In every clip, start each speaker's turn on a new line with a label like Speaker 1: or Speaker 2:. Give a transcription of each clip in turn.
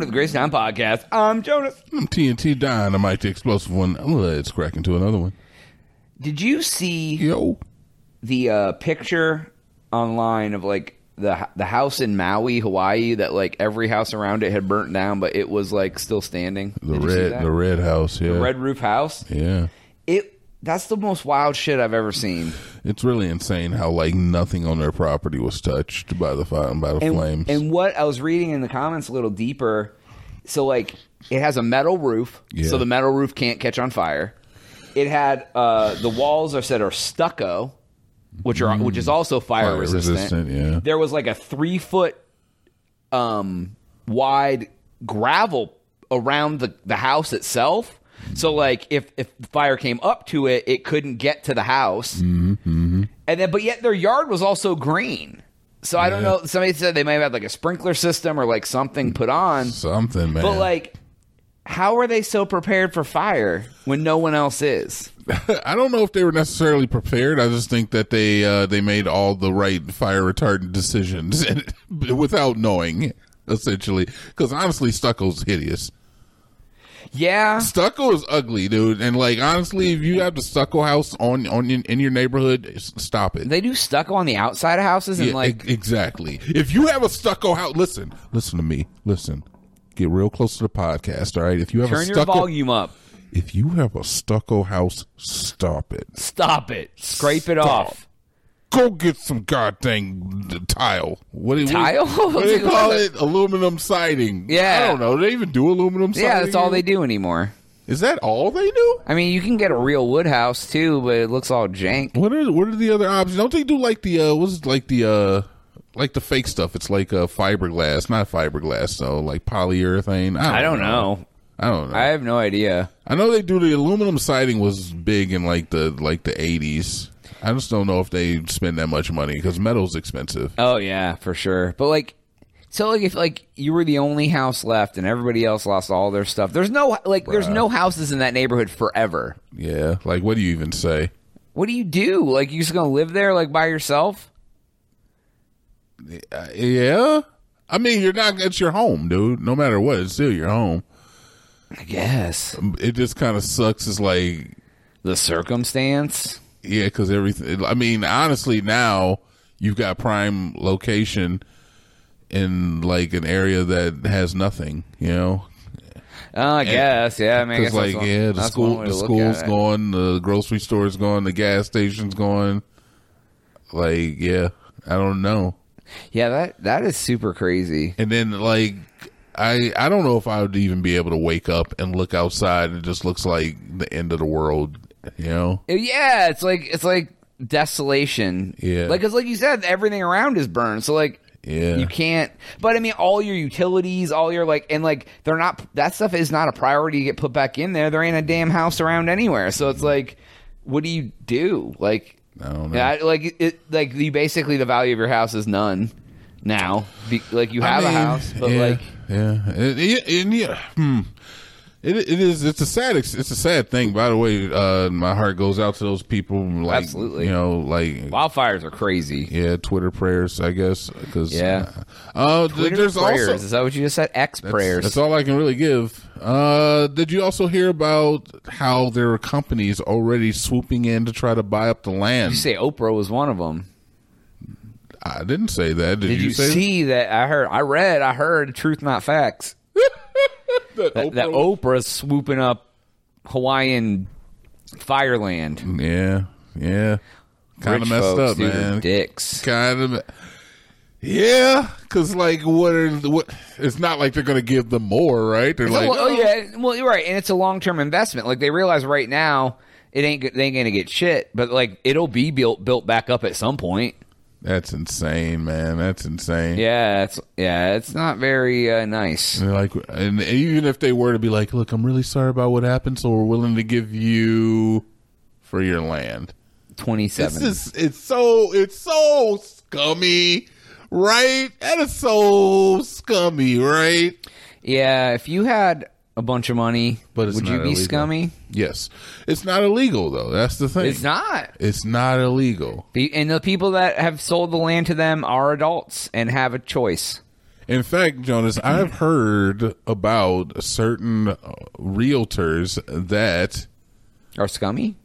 Speaker 1: the Grace Time Podcast. I'm Jonas.
Speaker 2: I'm TNT Dynamite, the explosive one. I'm gonna let it's crack into another one.
Speaker 1: Did you see
Speaker 2: Yo,
Speaker 1: the uh, picture online of like the the house in Maui, Hawaii, that like every house around it had burnt down, but it was like still standing?
Speaker 2: the
Speaker 1: Did you see
Speaker 2: red,
Speaker 1: that?
Speaker 2: the red house. Yeah,
Speaker 1: The red roof house.
Speaker 2: yeah.
Speaker 1: It that's the most wild shit I've ever seen.
Speaker 2: It's really insane how like nothing on their property was touched by the fire by the
Speaker 1: and,
Speaker 2: flames.
Speaker 1: and what I was reading in the comments a little deeper, so like it has a metal roof,
Speaker 2: Yeah.
Speaker 1: so the metal roof can't catch on fire. It had uh, the walls are said are stucco, which are which is also fire,
Speaker 2: Fire
Speaker 1: resistant.
Speaker 2: resistant, yeah.
Speaker 1: There was like a three foot um, wide gravel around the, the house itself. So like if if the fire came up to it, it couldn't get to the house.
Speaker 2: Mm-hmm,
Speaker 1: And then but yet their yard was also green. So I don't know. Somebody said they may have had like a sprinkler system or like
Speaker 2: Mm.
Speaker 1: something put on.
Speaker 2: Something, man.
Speaker 1: But like how are they so prepared for fire when no one else is?
Speaker 2: I don't know if they were necessarily prepared. I just think that they uh, they made all the right fire retardant decisions without knowing, essentially. Because honestly, stucco's hideous.
Speaker 1: Yeah.
Speaker 2: Stucco is ugly, dude. And like honestly, if you have the stucco house on on in, in your neighborhood, s- stop it.
Speaker 1: They do stucco on the outside of houses and
Speaker 2: Yeah,
Speaker 1: like
Speaker 2: e- exactly. If you have a stucco house, listen, listen to me, listen. Get real close to the podcast, all right? If you have a
Speaker 1: turn your
Speaker 2: stucco,
Speaker 1: volume up.
Speaker 2: if you have a stucco house, stop it.
Speaker 1: Stop it. Scrape it
Speaker 2: Stop.
Speaker 1: off.
Speaker 2: go get some goddamn tile. What do you
Speaker 1: Tile?
Speaker 2: What do you call it? Aluminum siding.
Speaker 1: Yeah.
Speaker 2: I don't know. Do They even do aluminum siding.
Speaker 1: Yeah, that's all they do anymore.
Speaker 2: Is that all they do?
Speaker 1: I mean, you can get a real wood house too, but it looks all jank.
Speaker 2: What are what are the other options? Don't they do like the uh what's like the uh like the fake stuff? It's like uh fiberglass, not fiberglass, though, like polyurethane. I don't,
Speaker 1: I don't know.
Speaker 2: I don't know.
Speaker 1: I
Speaker 2: I,
Speaker 1: have no idea.
Speaker 2: know they do the aluminum siding was big in like the like the eighties. I just don't know if they spend that much money because metal's expensive.
Speaker 1: Oh yeah, for sure. But like, so like if like you were the only house left and everybody else lost all their stuff, there's no like there's no houses in that neighborhood forever.
Speaker 2: Yeah, like what do you even say?
Speaker 1: What do you do? Like you just gonna live there like by yourself?
Speaker 2: Yeah. I mean, you're not, it's your home, dude. No matter what, it's still your home.
Speaker 1: I guess
Speaker 2: It just kind of sucks. It's like,
Speaker 1: the circumstance.
Speaker 2: yeah, because everything, I mean, honestly, now you've got prime location in like an area that has nothing, you know?
Speaker 1: Oh, I guess yeah. I mean, I guess
Speaker 2: Because,
Speaker 1: that's
Speaker 2: like,
Speaker 1: one-
Speaker 2: yeah, the
Speaker 1: that's
Speaker 2: school,
Speaker 1: one way
Speaker 2: the
Speaker 1: to look
Speaker 2: school's
Speaker 1: at it.
Speaker 2: gone, the grocery store's gone, the gas station's gone. Like, yeah, I don't know.
Speaker 1: Yeah, that that is super crazy.
Speaker 2: And then like I I don't know if I would even be able to wake up and look outside and it just looks like the end of the world, you know?
Speaker 1: Yeah, it's like it's like desolation.
Speaker 2: Yeah.
Speaker 1: like it's like you said, everything around is burned. So like,
Speaker 2: Yeah.
Speaker 1: you can't. But I mean, all your utilities, all your like, and like they're not. That stuff is not a priority to get put back in there. There ain't a damn house around anywhere. So it's like, what do you do? Like,
Speaker 2: I don't know.
Speaker 1: yeah, I- like it, like the basically the value of your house is none now. Be, like you
Speaker 2: I
Speaker 1: have
Speaker 2: mean,
Speaker 1: a house, but
Speaker 2: yeah,
Speaker 1: like
Speaker 2: yeah, and, and- and, yeah, hmm. It, it is. It's a sad. ex- It's a sad thing. By the way, uh, my heart goes out to those people. Like,
Speaker 1: Absolutely.
Speaker 2: You know, like
Speaker 1: wildfires are crazy.
Speaker 2: yeah, Twitter prayers. I guess because
Speaker 1: Yeah.
Speaker 2: Uh, th-
Speaker 1: Twitter
Speaker 2: there's
Speaker 1: prayers.
Speaker 2: also
Speaker 1: is that what you just said? X prayers.
Speaker 2: That's all I can really give. Uh, did you also hear about how there are companies already swooping in to try to buy up the land?
Speaker 1: you say Oprah was one of them.
Speaker 2: I didn't say that. Did,
Speaker 1: Did you,
Speaker 2: say
Speaker 1: see that? I heard, I read, I heard truth, not facts.
Speaker 2: that?
Speaker 1: That, that Oprah's swooping up Hawaiian fireland.
Speaker 2: yeah, yeah. Kind
Speaker 1: Rich
Speaker 2: of messed
Speaker 1: folks,
Speaker 2: up,
Speaker 1: dude, are
Speaker 2: man.
Speaker 1: Dicks.
Speaker 2: Kind of. Yeah, because like, what are what? It's not like they're gonna give them more, right? They're like,
Speaker 1: well, oh yeah, well you're right, and it's a long term investment. Like they realize right now it ain't go- they ain't gonna get shit, but like it'll be built built back up at some point.
Speaker 2: that's insane, man. That's insane.
Speaker 1: Yeah, it's yeah, it's not very uh, nice.
Speaker 2: And they're like, and even if they were to be like, look, I'm really sorry about what happened, so we're willing to give you for your land.
Speaker 1: Twenty
Speaker 2: This
Speaker 1: seven.
Speaker 2: is it's so it's so scummy, right? That is so scummy, right?
Speaker 1: Yeah, if you had a bunch of money,
Speaker 2: But it's
Speaker 1: would you
Speaker 2: not
Speaker 1: be
Speaker 2: illegal.
Speaker 1: scummy?
Speaker 2: Yes, it's not illegal though. That's the thing.
Speaker 1: It's not.
Speaker 2: It's not illegal,
Speaker 1: The- And the people that have sold the land to them are adults and have a choice.
Speaker 2: In fact, Jonas, I've heard about certain uh, realtors that
Speaker 1: Or scummy?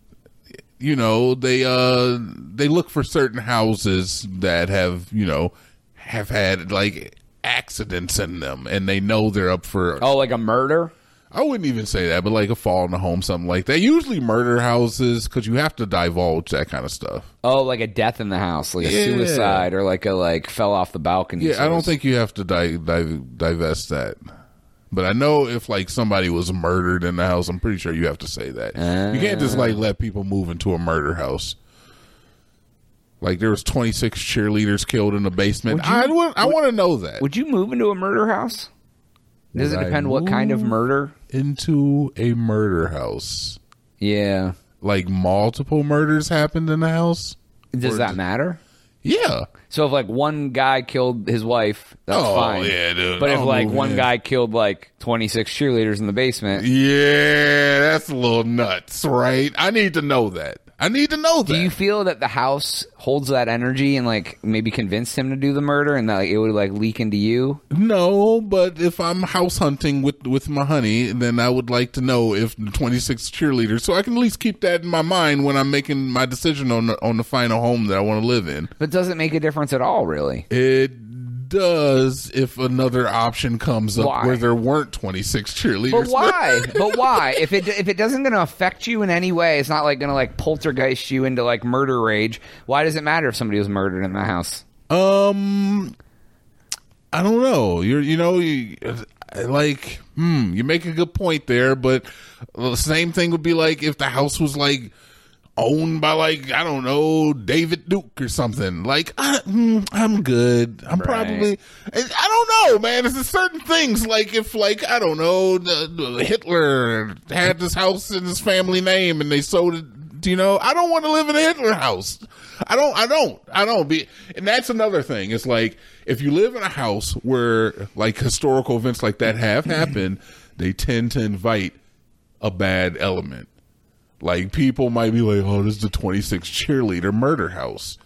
Speaker 2: you know they uh they look for certain houses that have you know have had like accidents in them and they know they're up for
Speaker 1: Oh, like a murder?
Speaker 2: i wouldn't even say that but like a fall in the home something like that usually murder houses because you have to divulge that kind of stuff
Speaker 1: Oh, like a death in the house, like a
Speaker 2: Yeah.
Speaker 1: suicide, or like a like fell off the balcony.
Speaker 2: yeah
Speaker 1: sort
Speaker 2: i
Speaker 1: of
Speaker 2: don't think you have to di- di- divest that but i know if like somebody was murdered in the house i'm pretty sure you have to say that you can't just like let people move into a murder house like there was 26 cheerleaders killed in the basement
Speaker 1: Would you-
Speaker 2: i, would- I want to know that
Speaker 1: Would you move into a murder house? Does it
Speaker 2: Would I
Speaker 1: depend what kind of
Speaker 2: move?
Speaker 1: murder?
Speaker 2: into a murder house
Speaker 1: Yeah.
Speaker 2: like multiple murders happened in the house
Speaker 1: Does
Speaker 2: Or
Speaker 1: that
Speaker 2: d-
Speaker 1: matter?
Speaker 2: yeah
Speaker 1: So if like one guy killed his wife, that's
Speaker 2: Oh,
Speaker 1: fine.
Speaker 2: yeah, dude.
Speaker 1: But if
Speaker 2: I'll
Speaker 1: like
Speaker 2: move
Speaker 1: one
Speaker 2: in.
Speaker 1: guy killed like 26 cheerleaders in the basement,
Speaker 2: yeah that's a little nuts right i need to know that i need to know that
Speaker 1: do you feel that the house holds that energy and like maybe convinced him to do the murder and that like, it would like leak into you?
Speaker 2: No, but if I'm house hunting with with my honey, then I would like to know if the 26 cheerleaders, so I can at least keep that in my mind when I'm making my decision on the, on the final home that I want to live in.
Speaker 1: But does it make a difference at all, really?
Speaker 2: It does if another option comes up
Speaker 1: Why?
Speaker 2: where there weren't 26 cheerleaders.
Speaker 1: But why? but why? If it if it doesn't going to affect you in any way, it's not like going to like poltergeist you into like murder rage. Why does it matter if somebody was murdered in the house?
Speaker 2: Um, I don't know. You're, you know, you, like, hmm, you make a good point there, but the same thing would be like if the house was like owned by like I don't know David Duke or something. Like, I, hmm, I'm good. I'm probably. I I don't know, man. There's certain things like if like I don't know the, the Hitler had this house in his family name and they sold it do you know? I don't want to live in a Hitler house. I don't. I don't. I don't be. And that's another thing. It's like if you live in a house where like historical events like that have happened, they tend to invite a bad element. Like people might be like, "Oh, this is the 26 cheerleader murder house."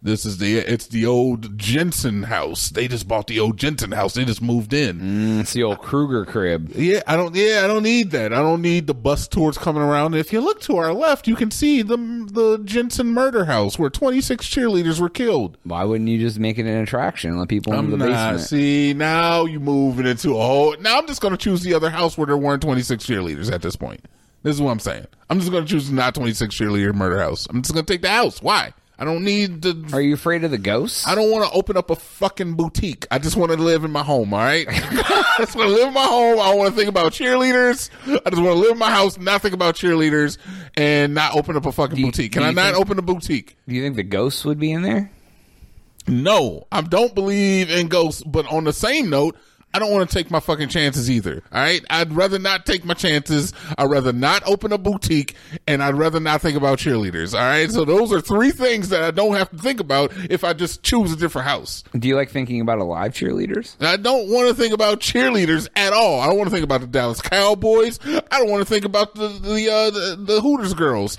Speaker 2: This is the it's the old Jensen house. They just bought the old Jensen house. They just moved in.
Speaker 1: Mm, It's the old Kruger crib.
Speaker 2: Yeah, I don't. Yeah, I don't need that. I don't need the bus tours coming around. If you look to our left, you can see the the Jensen murder house where 26 cheerleaders were killed.
Speaker 1: Why wouldn't you just make it an attraction and let people into the basement?
Speaker 2: see now you moving into a whole. Now I'm just gonna choose the other house where there weren't 26 cheerleaders at this point. This is what I'm saying. I'm just gonna choose not 26 cheerleader murder house. I'm just gonna take the house. Why? I don't need the
Speaker 1: Are you afraid of the ghosts?
Speaker 2: I don't want to open up a fucking boutique. I just want to live in my home, all right? I just want to live in my home. I don't want to think about cheerleaders. I just want to live in my house, not think about cheerleaders, and not open up a fucking
Speaker 1: you-
Speaker 2: boutique.
Speaker 1: do
Speaker 2: Can I
Speaker 1: you
Speaker 2: not
Speaker 1: think-
Speaker 2: open a boutique?
Speaker 1: Do you think the ghosts would be in there?
Speaker 2: No, I don't believe in ghosts. But on the same note, I don't want to take my fucking chances either. All right, I'd rather not take my chances. I'd rather not open a boutique, and I'd rather not think about cheerleaders. All right, so those are three things that I don't have to think about if I just choose a different house.
Speaker 1: Do you like thinking about alive cheerleaders?
Speaker 2: I don't want to think about cheerleaders at all. I don't want to think about the Dallas Cowboys. I don't want to think about the the uh, the, the Hooters girls.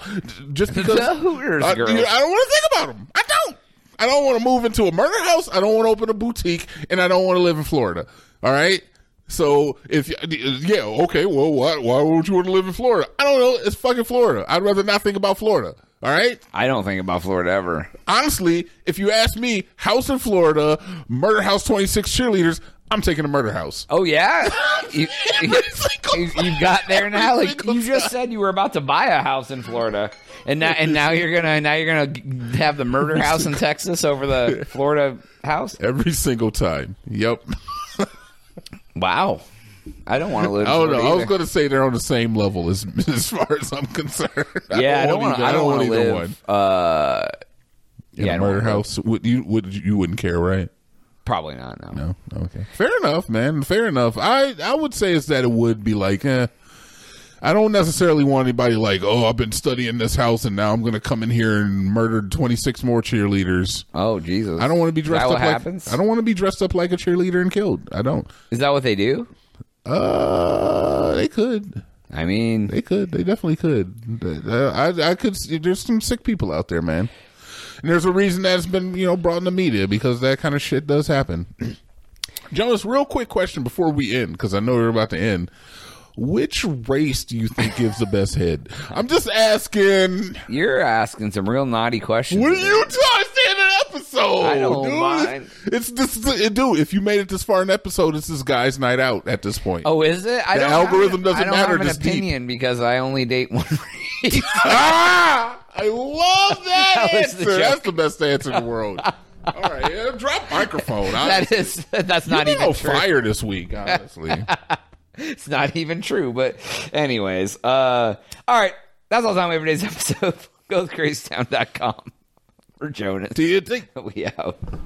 Speaker 2: Just because
Speaker 1: The Hooters
Speaker 2: I,
Speaker 1: girls.
Speaker 2: you know, I don't want to think about them. I don't. I don't want to move into a murder house. I don't want to open a boutique, and I don't want to live in Florida. All right. So if yeah, okay. Well, why why would you want to live in Florida? I don't know. It's fucking Florida. I'd rather not think about Florida. All right
Speaker 1: I don't think about Florida ever.
Speaker 2: honestly, if you ask me, house in Florida, murder house 26 cheerleaders, I'm taking a murder house.
Speaker 1: Oh yeah, you, you, you- you got there now. Like
Speaker 2: Single
Speaker 1: you just said, you were about to buy a house in Florida, and now and now you're gonna now you're gonna have the murder house in Texas over the Florida house.
Speaker 2: Every single time. Yep.
Speaker 1: Wow, I don't want to live. in
Speaker 2: Oh no,
Speaker 1: Florida
Speaker 2: I was
Speaker 1: either.
Speaker 2: going to say they're on the same level as as far as I'm concerned.
Speaker 1: Yeah, I don't want.
Speaker 2: want
Speaker 1: to. I don't want to live. Uh,
Speaker 2: in
Speaker 1: yeah, I
Speaker 2: a
Speaker 1: don't wanna
Speaker 2: murder
Speaker 1: live-
Speaker 2: house. Would you would you wouldn't care, right?
Speaker 1: probably not. No.
Speaker 2: No. Okay. Fair enough, man. Fair enough. I I would say is that it would be like, eh. I don't necessarily want anybody like, oh, I've been studying this house and now I'm going to come in here and murder 26 more cheerleaders.
Speaker 1: Oh Jesus!
Speaker 2: I don't want to be dressed
Speaker 1: Is that
Speaker 2: up
Speaker 1: what
Speaker 2: like
Speaker 1: happens?
Speaker 2: I don't want to be dressed up like a cheerleader and killed. I don't.
Speaker 1: Is that what they do?
Speaker 2: Uh, they could.
Speaker 1: I mean,
Speaker 2: They could. They definitely could. Uh, I I could see- there's some sick people out there, man. And there's a reason that's been, you know, brought in the media because that kind of shit does happen. Jonas, real quick question before we end, because I know we're about to end. Which race do you think gives the best head? I'm just asking.
Speaker 1: You're asking some real naughty questions.
Speaker 2: What are you trying to say in an episode?
Speaker 1: I don't
Speaker 2: dude?
Speaker 1: mind.
Speaker 2: It's this, it, dude. If you made it this far in an episode, it's this guy's night out at this point.
Speaker 1: Oh, is it? I
Speaker 2: The
Speaker 1: don't have
Speaker 2: algorithm
Speaker 1: an-
Speaker 2: doesn't
Speaker 1: I don't
Speaker 2: matter
Speaker 1: Have an
Speaker 2: this deep.
Speaker 1: opinion because I only date one race.
Speaker 2: Ah! I love that,
Speaker 1: That was
Speaker 2: answer.
Speaker 1: the joke.
Speaker 2: That's the best answer in the world. All right, yeah, drop microphone.
Speaker 1: that
Speaker 2: Honestly.
Speaker 1: is that's not
Speaker 2: You've been
Speaker 1: even
Speaker 2: on
Speaker 1: true.
Speaker 2: fire this week, honestly.
Speaker 1: It's not even true. But anyways, uh, all right. That's all the time we have for today's episode. Go to crazytown.com for Jonas.
Speaker 2: do you think
Speaker 1: We out.